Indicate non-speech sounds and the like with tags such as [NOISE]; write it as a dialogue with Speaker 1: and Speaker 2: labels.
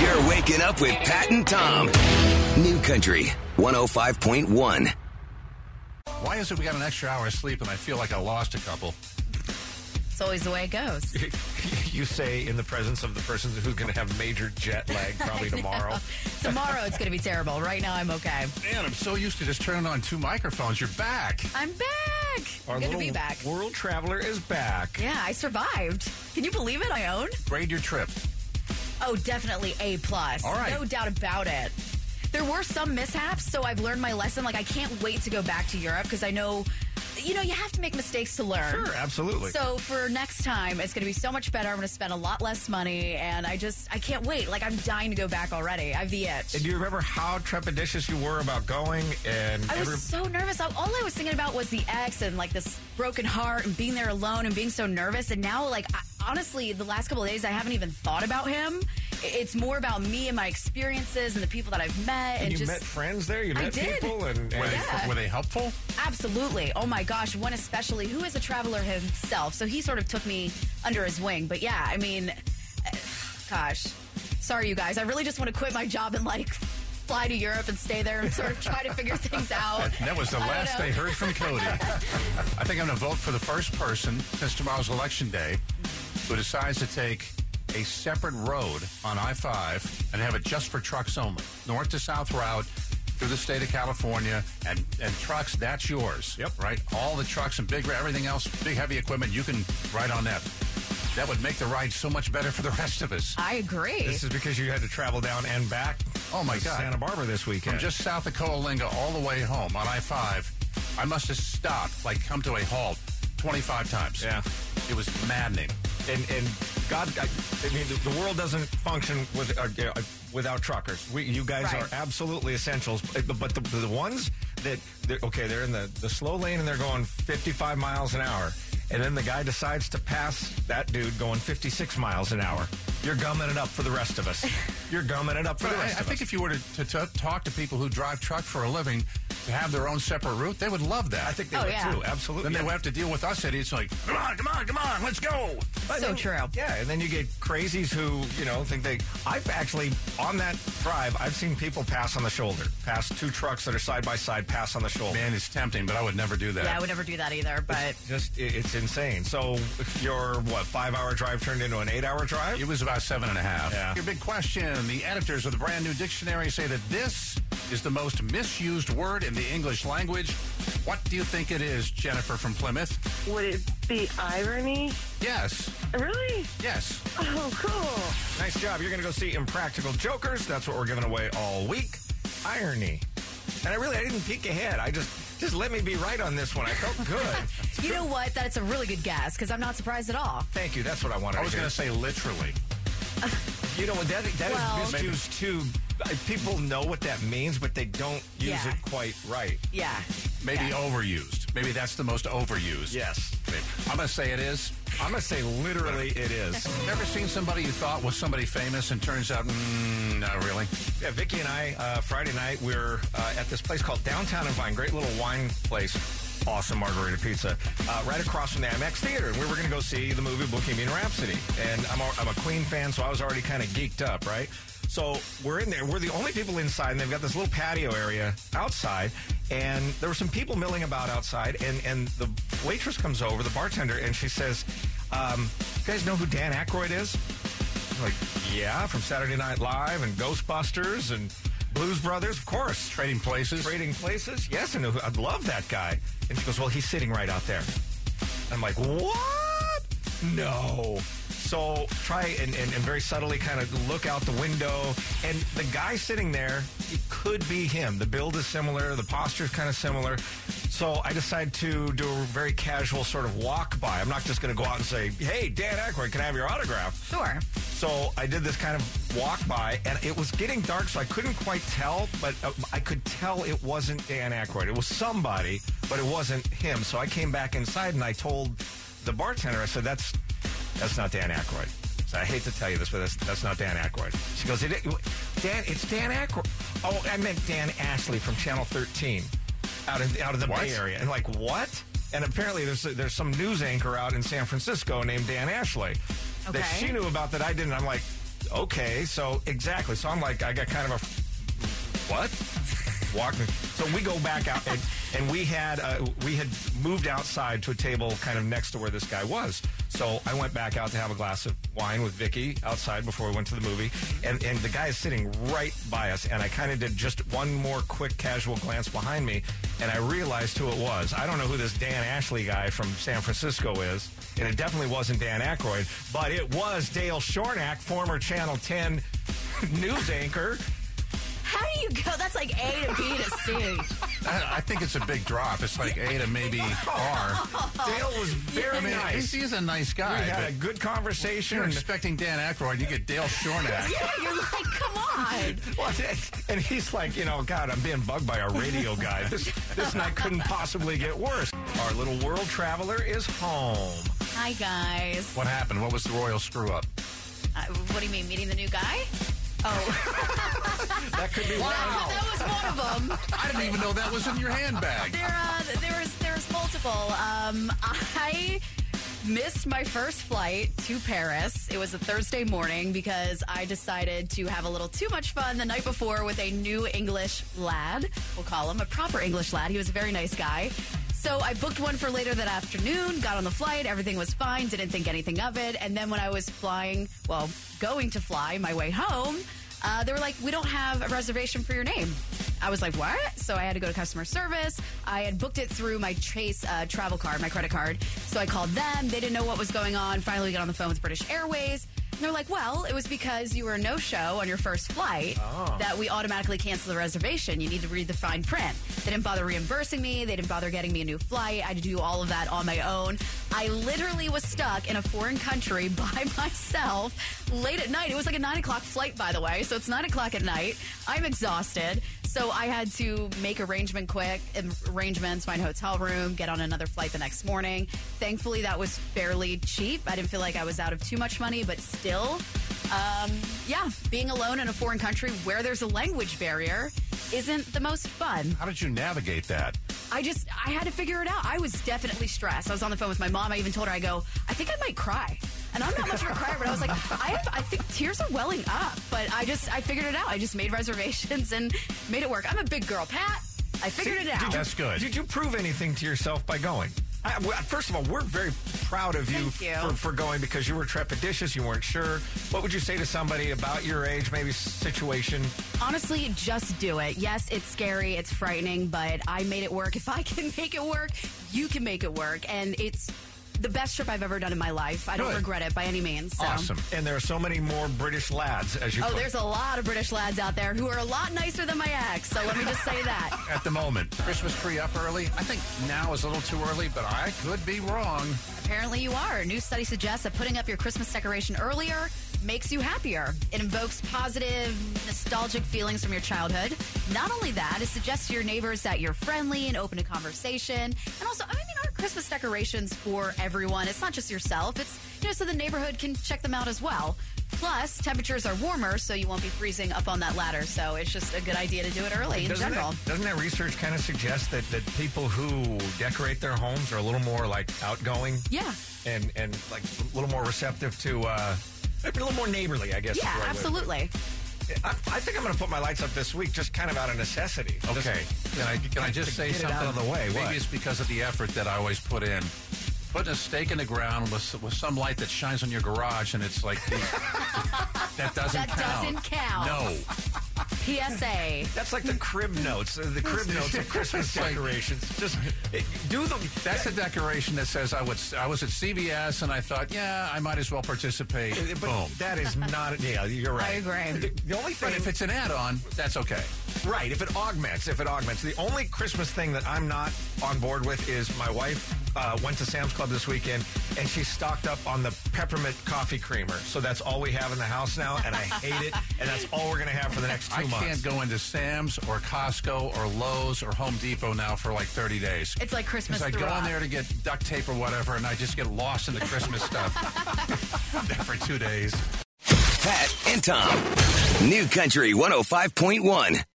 Speaker 1: You're waking up with Pat and Tom. New Country 105.1.
Speaker 2: Why is it we got an extra hour of sleep and I feel like I lost a couple?
Speaker 3: It's always the way it goes.
Speaker 4: [LAUGHS] you say in the presence of the person who's going to have major jet
Speaker 3: [LAUGHS]
Speaker 4: lag probably tomorrow.
Speaker 3: Tomorrow it's going to be terrible. Right now I'm okay.
Speaker 2: Man, I'm so used to just turning on two microphones. You're back.
Speaker 3: I'm back.
Speaker 4: Our
Speaker 3: I'm going to
Speaker 4: little
Speaker 3: be back.
Speaker 4: world traveler is back.
Speaker 3: Yeah, I survived. Can you believe it? I own.
Speaker 2: Grade your trip.
Speaker 3: Oh, definitely A plus.
Speaker 2: All right.
Speaker 3: No doubt about it. There were some mishaps, so I've learned my lesson. Like I can't wait to go back to Europe because I know, you know, you have to make mistakes to learn.
Speaker 4: Sure, absolutely.
Speaker 3: So for next time, it's going to be so much better. I'm going to spend a lot less money, and I just I can't wait. Like I'm dying to go back already. I have the itch.
Speaker 4: and do you remember how trepidatious you were about going? And
Speaker 3: I
Speaker 4: every-
Speaker 3: was so nervous. I- All I was thinking about was the ex and like this broken heart and being there alone and being so nervous. And now, like, I, honestly, the last couple of days, I haven't even thought about him. I- It's more about me and my experiences and the people that I've met and,
Speaker 4: and you
Speaker 3: just
Speaker 4: met friends there. You
Speaker 3: I
Speaker 4: met
Speaker 3: did.
Speaker 4: people, and,
Speaker 2: Were,
Speaker 4: and-
Speaker 3: Yeah.
Speaker 2: they, were they helpful?
Speaker 3: absolutely. Oh my gosh, one especially who is a traveler himself. So he sort of took me under his wing. But yeah, I mean, [SIGHS] eh, gosh, sorry, you guys. I really just want to quit my job and like fly to Europe and stay there and sort of try to figure things
Speaker 4: [LAUGHS]
Speaker 3: out.
Speaker 2: That was the
Speaker 3: I don't
Speaker 2: last
Speaker 3: know.
Speaker 2: I heard from Cody. I think I'm going to vote for the first person since tomorrow's election day who decides to take a separate road on I 5 and have it just for trucks only. North to south route through the state of California and, and trucks, that's yours.
Speaker 4: Yep.
Speaker 2: Right? All the trucks and big, everything else, big heavy equipment, you can ride on that. That would make the ride so much better for the rest of us.
Speaker 3: I agree.
Speaker 4: This is because you had to travel down and back.
Speaker 2: Oh, my
Speaker 4: to
Speaker 2: God.
Speaker 4: Santa Barbara this weekend.
Speaker 2: From just south of Coalinga all the way home on I 5, I must have stopped, like come to a halt 25 times.
Speaker 4: Yeah.
Speaker 2: It was maddening.
Speaker 4: and and God, I, I mean, the, the world doesn't function with uh, you know, without truckers. We, you guys
Speaker 3: Right.
Speaker 4: are absolutely essentials. eh, But but the, the ones that they're, okay, they're in the the slow lane and they're going 55 miles an hour, and then the guy decides to pass that dude going 56 miles an hour. You're gumming it up for the rest of
Speaker 2: [LAUGHS]
Speaker 4: us. You're gumming it up for
Speaker 2: But
Speaker 4: the
Speaker 2: I, I
Speaker 4: rest of
Speaker 2: think
Speaker 4: us.
Speaker 2: if you were to, to, to talk to people who drive truck for a living to have their own separate route, they would love that.
Speaker 4: I think they
Speaker 3: Oh,
Speaker 4: would
Speaker 3: yeah.
Speaker 4: too. Absolutely.
Speaker 2: then they would have to deal with us idiots like, come on, come on, come on, let's go.
Speaker 3: So true.
Speaker 4: Yeah, and then you get crazies who, you know, think they. I've actually, on that drive, I've seen people pass on the shoulder, pass two trucks that are side by side, pass on the shoulder.
Speaker 2: Man, it's tempting, but I would never do that.
Speaker 3: Yeah, I would never do that either. But
Speaker 4: Just, i- it's insane. So your, what, five hour drive turned into an eight hour drive?
Speaker 2: It was about seven and a half.
Speaker 4: Yeah.
Speaker 2: Your big question. The editors of the brand new dictionary say that this is the most misused word in the English language. What do you think it is, Jennifer from Plymouth?
Speaker 5: Would it be irony?
Speaker 2: Yes.
Speaker 5: Really?
Speaker 2: Yes.
Speaker 5: Oh, cool.
Speaker 4: Nice job. You're going to go see Impractical Jokers. That's what we're giving away all week. Irony. And I really, I didn't peek ahead. I just, just let me be right on this one. I
Speaker 2: [LAUGHS]
Speaker 4: felt good.
Speaker 3: you know what? That's a really good guess because I'm not surprised at all.
Speaker 4: Thank you. That's what I wanted
Speaker 2: I was
Speaker 4: to
Speaker 2: going
Speaker 4: hear.
Speaker 2: to say literally.
Speaker 4: You know what? That, that is
Speaker 3: Well-
Speaker 4: misused too. Uh, People know what that means, but they don't use
Speaker 3: Yeah.
Speaker 4: it quite right.
Speaker 3: Yeah.
Speaker 2: Maybe
Speaker 3: Yeah.
Speaker 2: overused. Maybe that's the most overused.
Speaker 4: Yes.
Speaker 2: Maybe. I'm going to say it is.
Speaker 4: I'm going to say literally it
Speaker 3: [LAUGHS]
Speaker 4: is.
Speaker 2: Ever seen somebody you thought was somebody famous and turns out, mm, not really?
Speaker 4: Yeah, Vicky and I, uh, Friday night, we were uh, at this place called Downtown and Vine, great little wine place. Awesome margarita pizza, uh, right across from the IMAX theater. And we were going to go see the movie Bohemian Rhapsody. And I'm a, I'm a Queen fan, so I was already kind of geeked up, right? So we're in there. We're the only people inside, and they've got this little patio area outside. And there were some people milling about outside, and, and the waitress comes over, the bartender, and she says, um, "You guys know who Dan Aykroyd is?" I'm like, yeah, from Saturday Night Live and Ghostbusters and Blues Brothers, of course.
Speaker 2: Trading places?
Speaker 4: Trading Places, yes, and I love that guy. And she goes, well, he's sitting right out there. And I'm like, what? No. So try and, and, and very subtly kind of look out the window. And the guy sitting there, it could be him. The build is similar, the posture is kind of similar. So I decide to do a very casual sort of walk by. I'm not just going to go out and say, hey, Dan Aykroyd, can I have your autograph?
Speaker 3: Sure.
Speaker 4: So I did this kind of walk by, and it was getting dark, so I couldn't quite tell, but uh, I could tell it wasn't Dan Aykroyd. It was somebody, but it wasn't him. So I came back inside and I told the bartender, I said, "That's that's not Dan Aykroyd." So I hate to tell you this, but that's, that's not Dan Aykroyd. She goes, it, "Dan, it's Dan Aykroyd." Oh, I meant Dan Ashley from Channel 13 out of out of the
Speaker 2: What?
Speaker 4: Bay Area, and like what? And apparently, there's there's some news anchor out in San Francisco named Dan Ashley that
Speaker 3: Okay.
Speaker 4: she knew about that I didn't. I'm like, okay, so exactly. So I'm like, I got kind of a what? Walking. So we go back out, and, and we had uh, we had moved outside to a table kind of next to where this guy was. So I went back out to have a glass of wine with Vicky outside before we went to the movie, and and the guy is sitting right by us, and I kind of did just one more quick casual glance behind me, and I realized who it was. I don't know who this Dan Ashley guy from San Francisco is, and it definitely wasn't Dan Aykroyd, but it was Dale Shornack, former Channel 10 [LAUGHS] news anchor.
Speaker 3: How do you go? That's like A to B to C. [LAUGHS]
Speaker 2: I, I think it's a big drop. It's like A to maybe R.
Speaker 4: Dale [LAUGHS] was very
Speaker 2: I mean,
Speaker 4: nice.
Speaker 2: he's,
Speaker 4: We
Speaker 2: he's a nice guy.
Speaker 4: had a
Speaker 2: but
Speaker 4: good conversation.
Speaker 2: you're expecting Dan Aykroyd, you get Dale [LAUGHS] Shornack.
Speaker 3: Yeah, you're like, come on.
Speaker 4: [LAUGHS] Well, and he's like, you know, God, I'm being bugged by our radio guy. This this night couldn't possibly get worse. Our little world traveler is home.
Speaker 3: Hi, guys.
Speaker 2: What happened? What was the royal screw up?
Speaker 3: Uh, what do you mean, meeting the new guy? Oh,
Speaker 4: [LAUGHS] That could be one.
Speaker 3: that was one of them.
Speaker 2: I didn't even know that was in your handbag.
Speaker 3: There, uh, there was there was multiple. Um, I missed my first flight to Paris. It was a Thursday morning because I decided to have a little too much fun the night before with a new English lad. We'll call him a proper English lad. He was a very nice guy. So I booked one for later that afternoon, got on the flight, everything was fine, didn't think anything of it. And then when I was flying, well, going to fly my way home, uh, they were like, we don't have a reservation for your name. I was like, what? So I had to go to customer service. I had booked it through my Chase uh, travel card, my credit card. So I called them. They didn't know what was going on. Finally, we got on the phone with British Airways. And they're like, well, it was because you were a no show on your first flight that we automatically cancel the reservation. You need to read the fine print. They didn't bother reimbursing me. They didn't bother getting me a new flight. I had to do all of that on my own. I literally was stuck in a foreign country [LAUGHS] by myself late at night. It was like a nine o'clock flight, by the way. So it's nine o'clock at night. I'm exhausted. So I had to make arrangement quick, um, arrangements, find a hotel room, get on another flight the next morning. Thankfully, that was fairly cheap. I didn't feel like I was out of too much money, but still, um, yeah, being alone in a foreign country where there's a language barrier isn't the most fun.
Speaker 2: How did you navigate that?
Speaker 3: I just, I had to figure it out. I was definitely stressed. I was on the phone with my mom. I even told her, I go, I think I might cry. And I'm not much of a crier, but I was like, [LAUGHS] I, have, I think tears are welling up. But I just, I figured it out. I just made [LAUGHS] reservations and made it work. I'm a big girl, Pat. I figured it out.
Speaker 4: Did you-
Speaker 2: That's good.
Speaker 4: Did you prove anything to yourself by going? I, well, first of all, we're very proud of you,
Speaker 3: Thank you.
Speaker 4: For, for going because you were trepidatious, you weren't sure. What would you say to somebody about your age, maybe situation?
Speaker 3: Honestly, just do it. Yes, it's scary, it's frightening, but I made it work. If I can [LAUGHS] make it work, you can make it work. And it's the best trip I've ever done in my life. I don't
Speaker 2: Good.
Speaker 3: regret it by any means. So.
Speaker 2: Awesome.
Speaker 4: And there are so many more British lads, as you
Speaker 3: Oh,
Speaker 4: put
Speaker 3: there's a lot of British lads out there who are a lot nicer than my ex. So let me just say that.
Speaker 2: [LAUGHS] At the moment, Christmas tree up early. I think now is a little too early, but I could be wrong.
Speaker 3: Apparently, you are. A new study suggests that putting up your Christmas decoration earlier makes you happier. It invokes positive, nostalgic feelings from your childhood. Not only that, it suggests to your neighbors that you're friendly and open to conversation. And also, I mean, our Christmas decorations for everyone. It's not just yourself. It's you know, so the neighborhood can check them out as well. Plus, temperatures are warmer, so you won't be freezing up on that ladder. So it's just a good idea to do it early in
Speaker 4: doesn't
Speaker 3: general.
Speaker 4: That, doesn't that research kind of suggest that, that people who decorate their homes are a little more like outgoing?
Speaker 3: Yeah.
Speaker 4: And and like a little more receptive to uh a little more neighborly, I guess. is
Speaker 3: Yeah,
Speaker 4: the right way.
Speaker 3: absolutely.
Speaker 4: I, I think I'm going to put my lights up this week, just kind of out of necessity. Just-
Speaker 2: Okay. Can I, can I just
Speaker 4: to
Speaker 2: say
Speaker 4: get it
Speaker 2: something?
Speaker 4: out of the way,
Speaker 2: Maybe
Speaker 4: what?
Speaker 2: it's because of the effort that I always put in. Putting a stake in the ground with, with some light that shines on your garage, and it's [LAUGHS] like, that doesn't
Speaker 3: That
Speaker 2: count.
Speaker 3: doesn't count.
Speaker 2: No.
Speaker 3: PSA.
Speaker 4: That's like the crib notes, uh, the crib notes of
Speaker 2: [LAUGHS]
Speaker 4: Christmas
Speaker 2: It's like-
Speaker 4: decorations. Just it, do them.
Speaker 2: That's a decoration that says I would. I was at CVS and I thought, yeah, I might as well participate.
Speaker 4: But
Speaker 2: Boom.
Speaker 4: that is not. Yeah, you're right.
Speaker 3: agree.
Speaker 4: The, the only thing,
Speaker 2: But if it's an add-on, that's okay.
Speaker 4: Right. If it augments, if it augments. The only Christmas thing that I'm not on board with is my wife uh, went to Sam's Club this weekend and she stocked up on the peppermint coffee creamer. So that's all we have in the house now, and I hate it. And that's all we're going to have for the next two
Speaker 2: I
Speaker 4: months.
Speaker 2: can't go into Sam's or Costco or Lowe's or Home Depot now for like 30 days.
Speaker 3: It's like Christmas
Speaker 2: Because I go
Speaker 3: through
Speaker 2: in
Speaker 3: up.
Speaker 2: there to get duct tape or whatever, and I just get lost in the Christmas
Speaker 3: [LAUGHS]
Speaker 2: stuff
Speaker 4: [LAUGHS]
Speaker 2: for two days.
Speaker 1: oh Pat and Tom. New Country 105.1.